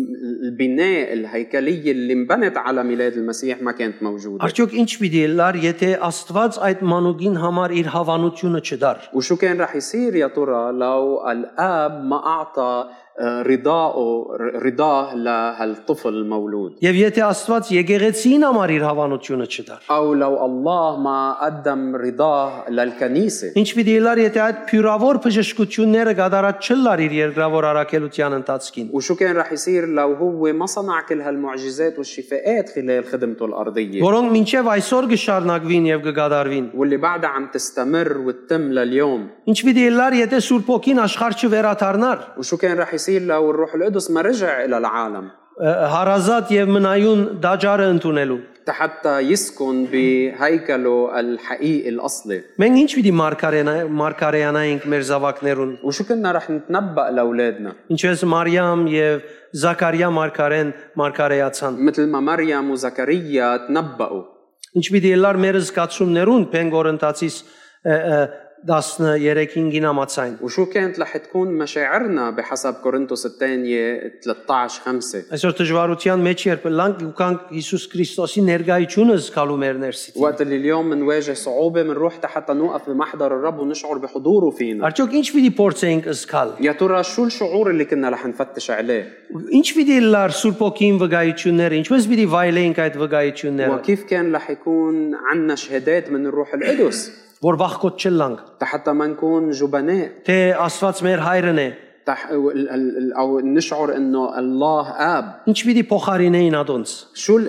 Speaker 2: هالبناء الهيكلية اللي انبنت على ميلاد المسيح ما كانت موجودة
Speaker 1: Արդյոք ինչ պիտի լար, եթե Աստված այդ մանուկին համար իր հավանությունը չդար։
Speaker 2: وشو كان رح يصير يا ترى لو الاب ما اعطى آه، رضاؤه رضاه لهالطفل المولود
Speaker 1: Եվ եթե Աստված եկեղեցին համար իր հավանությունը չդար։
Speaker 2: او لو الله ما قدم رضاه للكنيسه
Speaker 1: Ինչ պիտի լար, եթե այդ փյուրավոր բժշկությունները գդարած չլար իր երկրավոր առաքելության ընթացքին։
Speaker 2: وشو كان رح يصير لو هو ما صنع كل هالمعجزات والشفاءات خلال خدمته الارضيه
Speaker 1: Որոնք մինչև այսօր կշարունակվին եւ կգադարվին։
Speaker 2: واللي بعدها عم تستمر وتتم لليوم
Speaker 1: Ինչ պիտի լար, եթե Սուրբ Օքին աշխարհ չվերադառնար,
Speaker 2: وشو كان رح يصير لو الروح القدس ما رجع الى العالم
Speaker 1: ը, հարազատ եւ մնայուն դաճարը ընդունելու։
Speaker 2: حتى يسكن بهيكله الحقيقي الاصلي
Speaker 1: Մենք ինչ պիտի մարգարենա մարգարեանայինք մեր զավակներուն։
Speaker 2: وشو كنا رح نتنبأ لاولادنا
Speaker 1: Ինչպես Մարիամ եւ Զաքարիա մարգարեն մարգարեացան։
Speaker 2: مثل ما مريم وزكريا تنبأوا
Speaker 1: Ինչ պիտի լար մեր զգացումներուն Փեն Կորինթացիս 13-ին գինամացայն։
Speaker 2: وشو كانت رح تكون مشاعرنا بحسب كورنثوس الثانية 13 5
Speaker 1: Այսօր դժվարության մեջ երբ լանք ուկանք Հիսուս Քրիստոսի ներկայությունը զգալու մեր ներսից։
Speaker 2: وقت اللي اليوم منواجه صعوبة منروح حتى نوقف بمحضر الرب ونشعر بحضوره فينا
Speaker 1: Արդյոք ինչ պիտի փորձենք զգալ։
Speaker 2: يا ترى شو الشعور اللي كنا رح نفتش عليه
Speaker 1: Ինչ պիտի լար Սուրբ Օքին վկայությունները, ինչպես պիտի վայելենք այդ վկայությունները,
Speaker 2: وكيف كان رح يكون عنا شهادات من الروح القدس
Speaker 1: որ վախկոտ չլանք։
Speaker 2: حتى ما نكون جبناء
Speaker 1: Թե Աստված մեր հայրն է,
Speaker 2: تح... ال- ال- او نشعر انه الله اب
Speaker 1: Ինչ պիտի փոխարինեին ադոնց։
Speaker 2: شو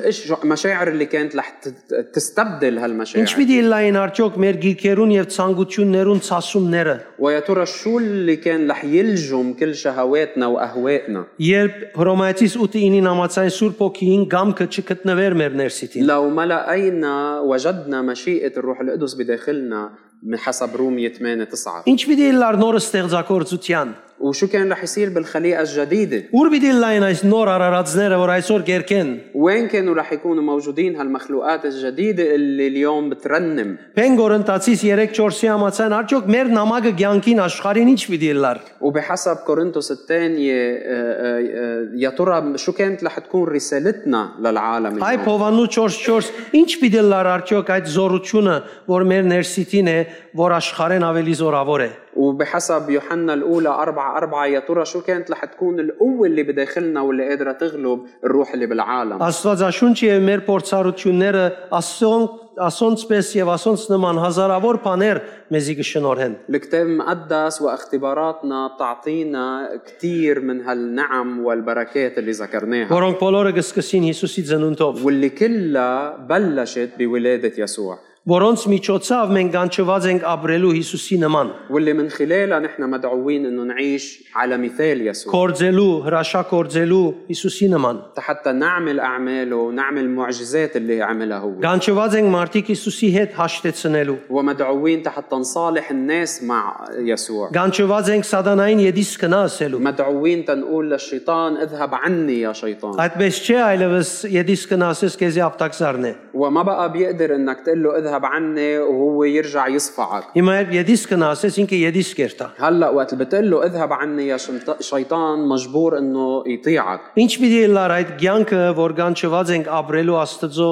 Speaker 2: المشاعر اللي كانت رح تت- تستبدل
Speaker 1: Ինչ
Speaker 2: هالمشاعر
Speaker 1: պիտի լային արդյոք մեր գիրքերուն եւ ցանկություններուն ցասումները։
Speaker 2: ويا ترى شو اللي كان رح يلجم كل شهواتنا واهوائنا
Speaker 1: Երբ Հռոմայացիս 8:9-ին համաձայն Սուրբ Օքիին գամքը չգտնվեր մեր ներսիտին։
Speaker 2: لو ملأينا وجدنا مشيئة الروح القدس بداخلنا من حسب رومية 8 9
Speaker 1: Ինչ պիտի լար նորը ստեղծագործության։
Speaker 2: وشو كان رح يصير بالخليقة الجديدة
Speaker 1: Ուր պիտի լային այս նոր արարածները, որ այսօր գերքեն։
Speaker 2: وين كانوا رح يكونوا موجودين هالمخلوقات الجديدة اللي اليوم بترنم
Speaker 1: Պենգորընտացիս 3:4-ի համաձայն արդյոք մեր նամակը ցանկին աշխարհին ինչ պիտի լար։
Speaker 2: وبحسب كورنثوس الثانية آه، آه، آه، يا ترى شو كانت رح تكون رسالتنا للعالم
Speaker 1: Այ
Speaker 2: اليوم؟
Speaker 1: Հովաննու 4:4 ինչ պիտի լար արդյոք այդ զորությունը, որ մեր ներսիտին է, որ աշխարհեն ավելի զորավոր է։
Speaker 2: وبحسب يوحنا الأولى أربعة أربعة يا ترى شو كانت رح تكون القوة اللي بداخلنا واللي قادرة تغلب الروح اللي بالعالم
Speaker 1: Աստվածաշունչը եւ մեր փորձառությունները ասոն ասոնցպես եւ ասոնց նման հազարավոր բաներ մեզի կշնորհեն։
Speaker 2: الكتاب المقدس واختباراتنا بتعطينا كثير من هالنعم والبركات اللي ذكرناها
Speaker 1: Որոնք բոլորը կսկսին Հիսուսի ծնունդով,
Speaker 2: واللي كلها بلشت بولادة يسوع
Speaker 1: որոնց միջոցով մենք կանչված ենք ապրելու Հիսուսի նման,
Speaker 2: واللي من خلالها نحن مدعوين انه نعيش على مثال يسوع
Speaker 1: կործելու, հրաշակործելու Հիսուսի նման։
Speaker 2: حتى نعمل اعماله ونعمل نعم المعجزات اللي عملها هو
Speaker 1: Կանչված ենք մարդիկ Հիսուսի հետ հաշտեցնելու։
Speaker 2: ومدعوين حتى نصالح الناس مع يسوع
Speaker 1: Կանչված ենք սատանային յեդիս կնա ասելու։
Speaker 2: مدعوين تنقول للشيطان اذهب عني يا شيطان
Speaker 1: Այդպես չէ, այլևս յեդիս կնասես քեզի ապտակսարն է։
Speaker 2: وما بقى بيقدر انك تقول له اذهب عني وهو يرجع يصفعك
Speaker 1: Հիմա երբ յեդիս կնասես, ինքը յեդիս կերտա։
Speaker 2: هلا وقت اللي بتقول له اذهب عني يا شمط- شيطان مجبور انه يطيعك
Speaker 1: Ինչ պիտի լար այդ ցանկը, որ կանչված ենք ապրելու Աստծո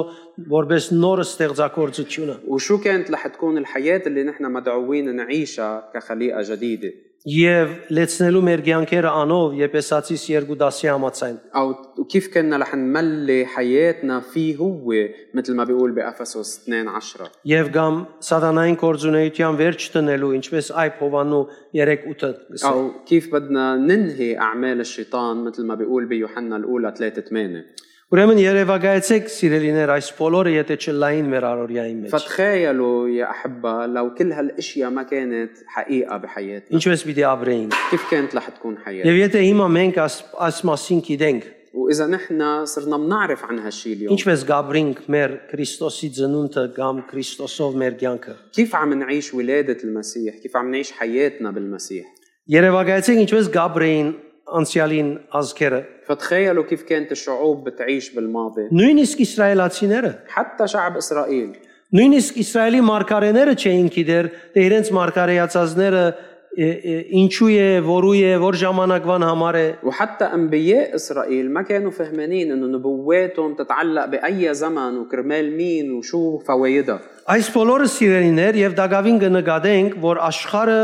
Speaker 1: որպես նոր ստեղծագործությունը։
Speaker 2: وشو كانت رح تكون الحياة اللي نحن مدعوين نعيشها كخليقة جديدة
Speaker 1: Եվ լեցնելու մեր ցանկերը անով Եփեսացիս 2:10-ի համաձայն։
Speaker 2: أو كيف كنا رح نملي حياتنا فيه هو مثل ما بيقول بأفسس 2 10
Speaker 1: Եվ կամ սատանային կորձունեության վերջ տնելու, ինչպես Այբ Հովաննու 3:8-ը գսել։
Speaker 2: أو كيف بدنا ننهي أعمال الشيطان مثل ما بيقول بيوحنا الأولى 3 8
Speaker 1: Ուրեմն երևակայեցեք, սիրելիներ, այս բոլորը եթե չլային մեր առօրյայի մեջ։
Speaker 2: فتخيلوا يا أحبة لو كل هالأشياء ما كانت حقيقة بحياتنا
Speaker 1: Ինչպես պիտի ապրեինք։
Speaker 2: كيف كانت رح تكون حياتنا
Speaker 1: Եվ եթե հիմա մենք այս այս մասին գիտենք,
Speaker 2: وإذا نحن صرنا بنعرف عن هالشي اليوم
Speaker 1: ինչպես գաբրինք մեր Քրիստոսի ծնունդը կամ Քրիստոսով մեր կյանքը,
Speaker 2: كيف عم نعيش ولادة المسيح كيف عم نعيش حياتنا بالمسيح
Speaker 1: երևակայեցեք ինչպես գաբրեին անցյալին ազգերը,
Speaker 2: فتخيلوا كيف كانت الشعوب بتعيش بالماضي
Speaker 1: նույնիսկ իսրայելացիները,
Speaker 2: حتى شعب إسرائيل
Speaker 1: նույնիսկ իսրայելի մարգարեները չէին գիտեր, թե իրենց մարգարեացածները է, է, ինչու է, որու է, որ ժամանակվան համար է։
Speaker 2: وحتى أنبياء إسرائيل ما كانوا فهمانين إنه نبواتهم تتعلق بأي زمن وكرمال مين وشو فوايدها
Speaker 1: Այս բոլորը սիրելիներ եւ Դագավին կնկատենք, որ աշխարը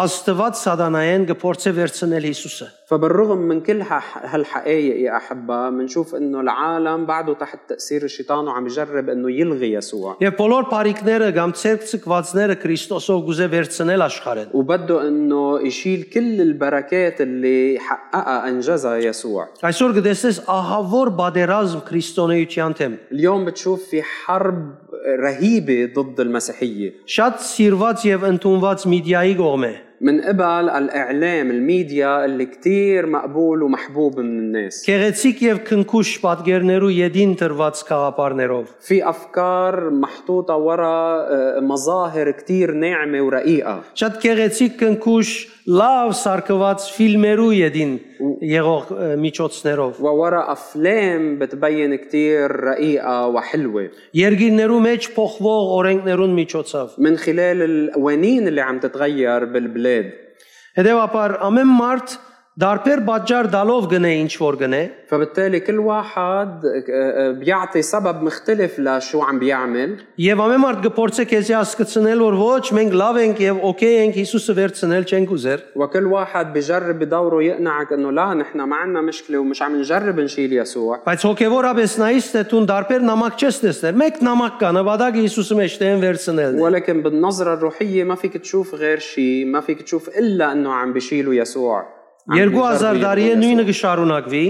Speaker 1: աստված սատանայեն կփորձե վերցնել Հիսուսը։
Speaker 2: فبالرغم من كل ها- هالحقائق يا أحبة منشوف إنه العالم بعده تحت تأثير الشيطان وعم يجرب إنه يلغي يسوع
Speaker 1: Եվ բոլոր բարիկները կամ ցերկ ցկվածները Քրիստոսով գուզե վերցնել աշխարհեն։
Speaker 2: وبده إنه يشيل كل البركات اللي حققها أنجزها يسوع
Speaker 1: Այսօր գտեսես ահավոր բادرազմ քրիստոնեության թեմ։
Speaker 2: اليوم بتشوف في حرب رهيبة ضد المسيحية
Speaker 1: Շատ սիրված եւ ընդունված մեդիայի կողմ է։
Speaker 2: من قبل الإعلام الميديا اللي كتير مقبول ومحبوب من الناس
Speaker 1: Գեղեցիկ եւ քնքուշ պատկերներու յեդին դրված խաղապարներով։
Speaker 2: في أفكار محطوطة وراء آه، مظاهر كتير ناعمة ورقيقة
Speaker 1: Շատ գեղեցիկ քնքուշ լավ սարկված ֆիլմերու յեդին եղող ը, միջոցներով։
Speaker 2: ووراء أفلام بتبين كتير رقيقة وحلوة
Speaker 1: Երգիրներու մեջ փոխվող օրենքներուն միջոցով։
Speaker 2: من خلال القوانين اللي عم تتغير بالبلاد
Speaker 1: Հետևաբար ամեն մարդ դարբեր բաճար դալով գնե ինչ որ գնե,
Speaker 2: فبالتالي كل واحد آه، آه، بيعطي سبب مختلف لشو عم بيعمل
Speaker 1: Եվ ամեն մարդ գործե քեզի հասկացնել որ ոչ մենք լավ ենք եւ օքեյ ենք Հիսուսը վերցնել չենք ուզեր։
Speaker 2: وكل واحد بجرب بدوره يقنعك انه لا نحن ما عندنا مشكله ومش عم نجرب نشيل يسوع
Speaker 1: Բայց հոգեվորապես նայես թե տուն դարբեր նամակ չես տեսնել։ Մեկ նամակ կա, նվադակը Հիսուսը մեջտեն վերցնելն է։
Speaker 2: ولكن بالنظرة الروحية ما فيك تشوف غير شيء ما فيك تشوف إلا أنه عم بيشيلوا يسوع
Speaker 1: 2000 տարի է նույնը կշարունակվի,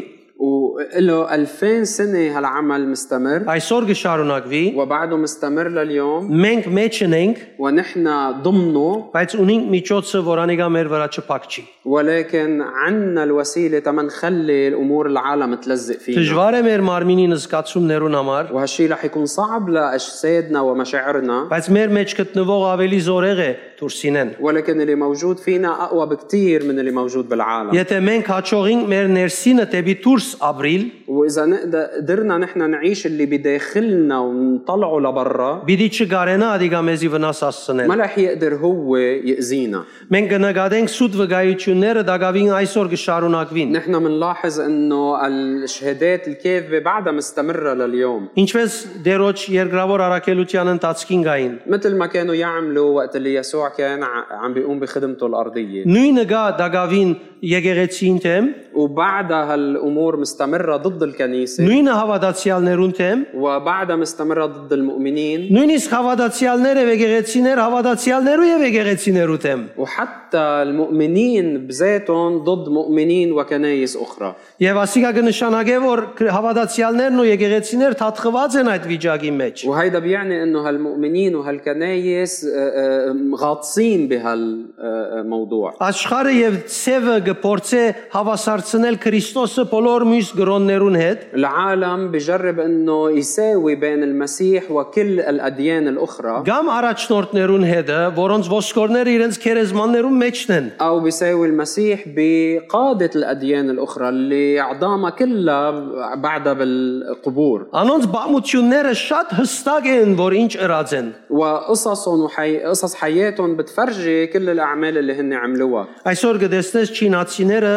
Speaker 2: وله 2000 سنه هالعمل مستمر
Speaker 1: այսօր կշարունակվի,
Speaker 2: وبعده مستمر لليوم
Speaker 1: մենք մեջ ենք,
Speaker 2: ونحن ضمنه
Speaker 1: բայց ունենք միջոցը, որ անիկա մեր վրա չփակչի։
Speaker 2: ولكن عنا الوسيله تما نخلي الامور العالم تلزق فينا
Speaker 1: Դժվար է մեր մարմինին զգացումներուն համար,
Speaker 2: وهالشي رح يكون صعب لاجسادنا ومشاعرنا
Speaker 1: բայց մեր մեջ գտնվող ավելի զորեղ է դուրսինեն։
Speaker 2: ولكن اللي موجود فينا اقوى بكتير من اللي موجود بالعالم
Speaker 1: Եթե մենք հաջողենք մեր ներսինը դեպի դուրս ապրիլ,
Speaker 2: واذا نقدر- قدرنا نحن نعيش اللي بداخلنا ونطلعه لبرا
Speaker 1: բիդի չգարենա ադիգա մեզի վնաս
Speaker 2: ما
Speaker 1: հասցնել։
Speaker 2: رح يقدر هو يأذينا
Speaker 1: Մենք կնկատենք սուտ վկայությունները դակավին այսօր կշարունակվին։
Speaker 2: نحن منلاحظ انه الشهادات الكاذبه بعدها مستمره لليوم
Speaker 1: Ինչպես դերոջ երկրավոր առաքելության ընթացքին գային։
Speaker 2: مثل ما كانوا يعملوا وقت اللي يسوع كان ع- عم بيقوم بخدمته الارضيه
Speaker 1: Նույնը գա դակավին եկեղեցին թեմ,
Speaker 2: Դե- وبعدها هالامور مستمره ضد الكنيسه
Speaker 1: նույնը հավատացյալներուն թեմ,
Speaker 2: وبعدها مستمره ضد المؤمنين
Speaker 1: նույնիսկ հավատացյալները եկեղեցիներ, հավատացյալներու եւ եկեղեցիներու թեմ։
Speaker 2: وحتى المؤمنين بذاتهم ضد مؤمنين وكنايس اخرى
Speaker 1: Եվ ասիկա կնշանակե որ կր- հավատացյալներն ու եկեղեցիներ թաթխված են այդ վիճակի մեջ։
Speaker 2: وهيدا بيعني انه هالمؤمنين وهالكنايس آه، آه، غاطسين آه، بهالموضوع
Speaker 1: Աշխարը եւ ցևը գործե հավասարցնել Քրիստոսը բոլոր մյուս գրոններուն հետ,
Speaker 2: العالم بجرب انه يساوي بين المسيح وكل الاديان الاخرى
Speaker 1: կամ առաջնորդներուն հետը, որոնց ոսկորները իրենց քերեզմաններուն մեջն են։
Speaker 2: او بيساوي المسيح بقاده الاديان الاخرى اللي عظامها كلها بعدها بالقبور
Speaker 1: Անոնց բամությունները շատ հստակ են, որ ինչ ըրած են։
Speaker 2: وقصصهم وحي... قصص حياتهم بتفرجي كل الاعمال اللي هن عملوها
Speaker 1: Այսօր կդեսնես չինացիները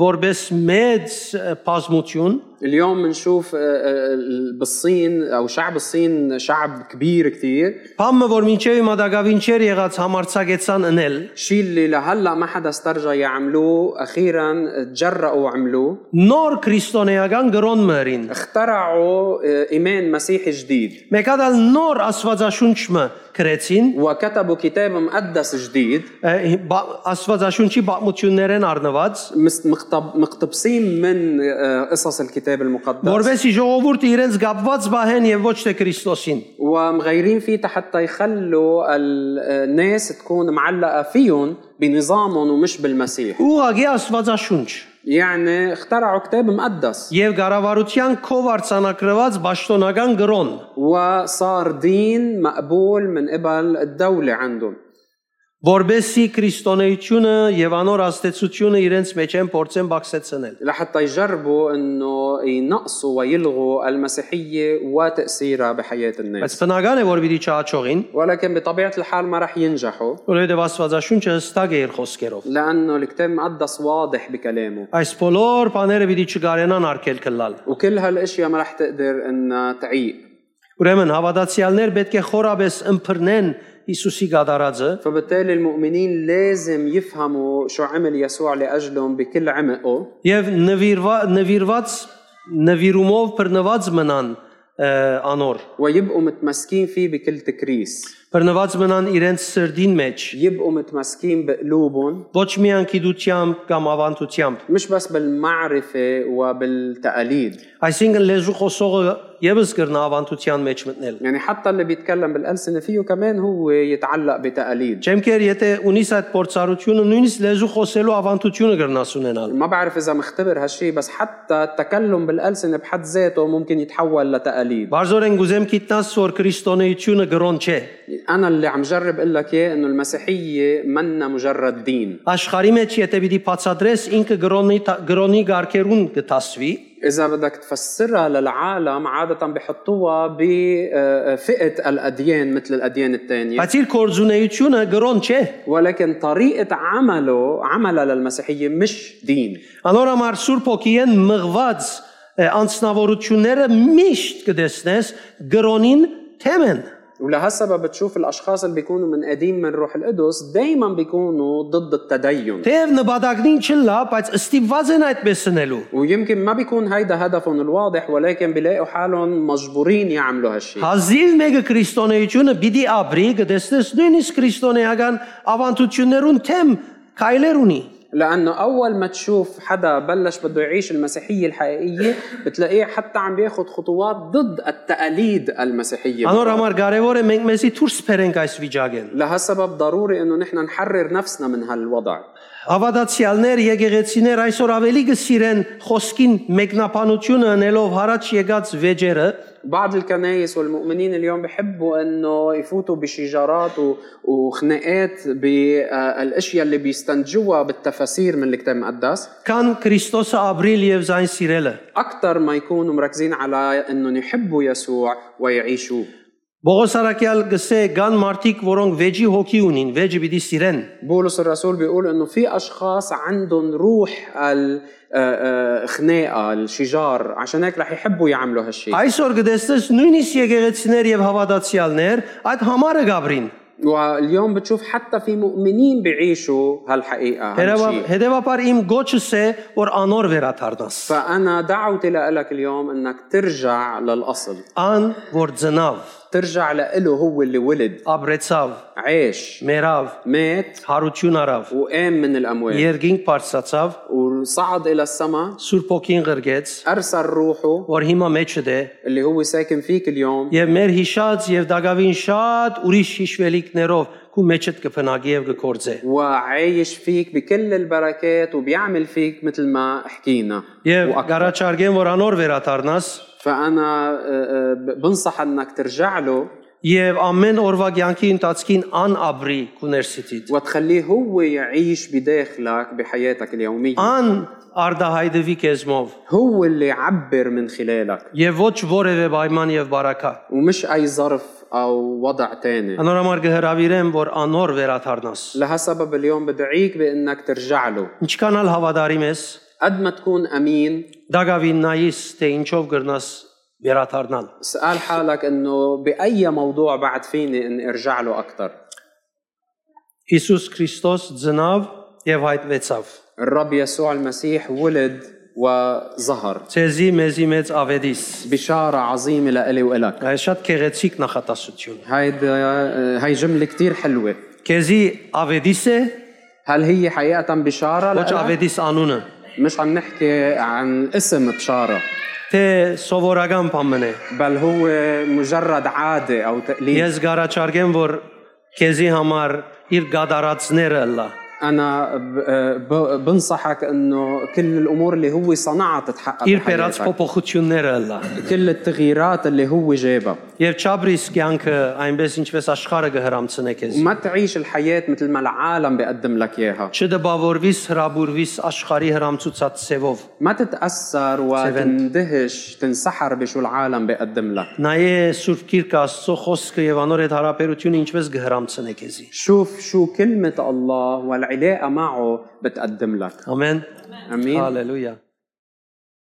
Speaker 1: որպես մեծ ը, բազմություն
Speaker 2: اليوم بنشوف بالصين او شعب الصين شعب كبير كتير
Speaker 1: Փամը որ մինչև հիմա դակավինչեր եղած համարցակեցան ընել,
Speaker 2: الشيء اللي لهلا ما حدا استرجى يعملوه اخيرا تجرأوا وعملوه
Speaker 1: նոր քրիստոնեական գրոն մերին։
Speaker 2: اخترعوا آه، ايمان مسيحي جديد
Speaker 1: Մեկադալ նոր աստվածաշունչը գրեցին,
Speaker 2: وكتبوا كتاب مقدس جديد
Speaker 1: ը, բա- աստվածաշունչի բամություններն առնված,
Speaker 2: مس- مقتب- مقتبسين من آه، قصص الكتاب المقدس
Speaker 1: որովհետև ժողովուրդը իրենց գապված բահեն եւ ոչ թե Քրիստոսին։
Speaker 2: ومغيرين فيه حتى يخلوا ال- آه، الناس تكون معلقه فيهم بنظامهم ومش بالمسيح
Speaker 1: Ուղղակի աստվածաշունչ
Speaker 2: يعني اخترعوا كتاب مقدس
Speaker 1: եւ ղարավարության քով արցանակրված ճշտոնական գրոն։
Speaker 2: وصار دين مقبول من قبل الدولة عندهم
Speaker 1: Որբեսի քրիստոնեությունը եւ անոր աստեցությունը իրենց մեջ են փորձեն բացեցնել։
Speaker 2: لحتى يجربوا انه ينقصوا ويلغوا المسيحية وتأثيرها بحياة الناس
Speaker 1: Բայց բնական է որ պիտի չաճողին,
Speaker 2: ولكن بطبيعة الحال ما رح ينجحوا
Speaker 1: որովհետեւ աստվածաշունչը հստակ է իր խոսքերով։
Speaker 2: لأنه الكتاب المقدس واضح بكلامه
Speaker 1: Այս բոլոր բաները պիտի չգարենան արկել կլալ։
Speaker 2: وكل هالاشياء ما رح تقدر انها تعيق
Speaker 1: Ուրեմն հավատացյալներ պետք է խորապես ըմբռնեն Հիսուսի գադարածը
Speaker 2: فبالتالي المؤمنين لازم يفهموا شو عمل يسوع لأجلهم بكل عمقه
Speaker 1: եւ նվիրված նվիրված նվիրումով բռնված մնան ը, անոր
Speaker 2: ويبقوا متمسكين فيه بكل تكريس
Speaker 1: բռնված մնան իրենց սրդին մեջ
Speaker 2: يبقوا متمسكين بقلوبهم
Speaker 1: ոչ միայն գիտությամբ կամ ավանդությամբ
Speaker 2: مش بس بالمعرفة وبالتقاليد
Speaker 1: այսինքն լեզու խոսողը եւս կրնա ավանդության մեջ մտնել
Speaker 2: يعني حتى اللي بيتكلم بالألسنة فيه كمان هو يتعلق بتقاليد
Speaker 1: Չեմքեր եթե ունիս այդ փորձառությունը նույնիսկ լեզու խոսելու ավանդությունը կրնաս ունենալ
Speaker 2: ما بعرف إذا مختبر هالشي بس حتى التكلم بالألسنة بحد ذاته ممكن يتحول لتقاليد
Speaker 1: Բարձորեն գուզեմ գիտնաս որ քրիստոնեությունը գրոն չէ
Speaker 2: انا اللي عم جرب اقول لك اياه انه المسيحيه منا مجرد دين
Speaker 1: աշխարի մեջ եթե պիտի բացատրես ինքը գրոնի թա- գրոնի ղարքերուն կտասվի
Speaker 2: اذا بدك تفسرها للعالم عاده بحطوها بفئه الاديان مثل الاديان الثانيه
Speaker 1: բայց իր կորձունեությունը գրոն չէ
Speaker 2: ولكن طريقه عمله عملها للمسيحيه مش دين
Speaker 1: Անոր համար Սուրբ Օքիեն մղված ը, անձնավորությունները միշտ կտեսնես գրոնին թեմեն։
Speaker 2: ولهالسبب بتشوف الاشخاص اللي بيكونوا منقادين من روح القدس دائما بيكونوا ضد التدين
Speaker 1: Թեև նպատակին չլա, բայց ստիպված են այդպես անելու։
Speaker 2: ويمكن ما بيكون هيدا هدفهم الواضح ولكن بيلاقوا حالهم مجبورين يعملوا هالشيء
Speaker 1: Հազիվ մեկը քրիստոնեությունը պիտի ապրի, կտեսնես նույնիսկ քրիստոնեական ավանդություններուն թեմ քայլեր ունի։
Speaker 2: لانه اول ما تشوف حدا بلش بده يعيش المسيحيه الحقيقيه بتلاقيه حتى عم بياخذ خطوات ضد التقاليد المسيحيه
Speaker 1: Անոր համար կարևոր է մենք մեզի դուրս բերենք այս վիճակեն։
Speaker 2: لهالسبب ضروري انه نحن نحرر نفسنا من هالوضع
Speaker 1: Հավատացյալներ, եկեղեցիներ այսօր ավելի կսիրեն խոսքին մեկնաբանությունը անելով հարաճ եկած վեճերը,
Speaker 2: بعض الكنايس والمؤمنين اليوم بحبوا انه يفوتوا بشجارات و- وخناقات بالاشياء اللي بيستنتجوها بالتفاسير من الكتاب المقدس
Speaker 1: քան Քրիստոսը ապրիլ եւ զայն սիրելը։
Speaker 2: اكثر ما يكونوا مركزين على انهم يحبوا يسوع ويعيشوه
Speaker 1: Բողոս արաքյալ գսե կան մարդիկ, որոնք վեճի հոգի ունին, վեճը պիտի սիրեն։
Speaker 2: بولس الرسول بيقول انه في اشخاص عندهم روح ال- آه، آه، خناقه الشجار عشان هيك رح يحبوا يعملوا هالشيء
Speaker 1: Այսօր կտեսնես նույնիսկ եկեղեցիներ եւ հավատացյալներ այդ համարը գաբրին։
Speaker 2: واليوم بتشوف حتى في مؤمنين بيعيشوا هالحقيقه هالشيء.
Speaker 1: Հետևաբար իմ գոչս է, որ անոր վերադառնաս։
Speaker 2: فأنا دعوتي لك اليوم أنك ترجع للأصل
Speaker 1: Ան որ ծնավ,
Speaker 2: ترجع لإله هو اللي ولد
Speaker 1: ապրեցավ,
Speaker 2: عاش
Speaker 1: մեռավ,
Speaker 2: مات
Speaker 1: հարություն արավ,
Speaker 2: وقام من الأموات
Speaker 1: երկինք բարձրացավ,
Speaker 2: وصعد إلى السماء
Speaker 1: Սուրբ ոգին գրգեց,
Speaker 2: أرسل روحه
Speaker 1: որ հիմա մեջդ է,
Speaker 2: اللي هو ساكن فيك اليوم
Speaker 1: եւ մեր հիշած եւ Դագավին շատ ուրիշ հիշվելիքներով քու մեջդ կփնակի եւ կկործե։
Speaker 2: وعايش فيك بكل البركات وبيعمل فيك مثل ما حكينا
Speaker 1: Եվ
Speaker 2: وأكثر.
Speaker 1: գարաչարգեն որ անոր վերադառնաս
Speaker 2: فأنا آه، آه، ب- بنصح أنك ترجع له
Speaker 1: եւ ամեն օրվա կյանքի ընթացքին անաբրի կուներսիտիտ։
Speaker 2: وتخليه هو يعيش بداخلك بحياتك اليومية
Speaker 1: Ան արդահայդվի կեզմով
Speaker 2: هو اللي يعبر من خلالك
Speaker 1: եւ ոչ որևէ պայման եւ բարակա։
Speaker 2: ومش اي ظرف او وضع تاني
Speaker 1: Անոր համար գհրավիրեմ որ անոր վերադառնաس։
Speaker 2: لهالسبب اليوم بدعيك بانك ترجع له
Speaker 1: Ինչքան ալ հավատարիմ ես,
Speaker 2: قد ما تكون امين
Speaker 1: Դագավին նայիս թե ինչով գրնաս վերադառնալ։
Speaker 2: اسال حالك انه باي موضوع بعد فيني ان ارجع له اكثر
Speaker 1: Հիսուս Քրիստոս ծնավ եւ հայտնվեցավ։
Speaker 2: الرب يسوع المسيح ولد وظهر
Speaker 1: Ցեզի մեզի մեծ ավետիս։
Speaker 2: بشاره عظيمه لإلي والك
Speaker 1: Այս շատ քեղեցիկ նախատասություն։
Speaker 2: هيدا هاي جمله كثير حلوه
Speaker 1: Քեզի ավետիս է,
Speaker 2: هل هي حقيقه بشاره
Speaker 1: ոչ
Speaker 2: لإلك؟
Speaker 1: ավետիս անունը,
Speaker 2: مش عم نحكي عن اسم بشاره
Speaker 1: թե սովորական բանն է։
Speaker 2: بل هو مجرد عاده او تقليد
Speaker 1: Ես գարաչարգեմ, որ քեզի համար իր գադարածները լա։
Speaker 2: انا ب- آه، ب- بنصحك انه كل الامور اللي هو صنعها تتحقق
Speaker 1: Իր
Speaker 2: بحياتك.
Speaker 1: բերած փոփոխությունները լա։
Speaker 2: كل التغييرات اللي هو جابها
Speaker 1: Եվ ճաբրիս կյանքը այնպես ինչպես աշխարհը գհրամցնե քեզ։
Speaker 2: وما تعيش الحياه مثل ما العالم بيقدم لك اياها
Speaker 1: Չդպավորվիս, հրաբուրվիս աշխարհի հրամցուցած սևով։
Speaker 2: ما تتاثر وتندهش تنسحر بشو العالم بيقدم لك
Speaker 1: Նայե Սուրբ Գիրքը Աստծո խոսքը եւ անոր այդ հարաբերությունը ինչպես գհրամցնե քեզի։
Speaker 2: شوف شو كلمه الله والعلاقه معه بتقدم لك
Speaker 1: Ամեն։
Speaker 2: امين
Speaker 1: Հալելույա։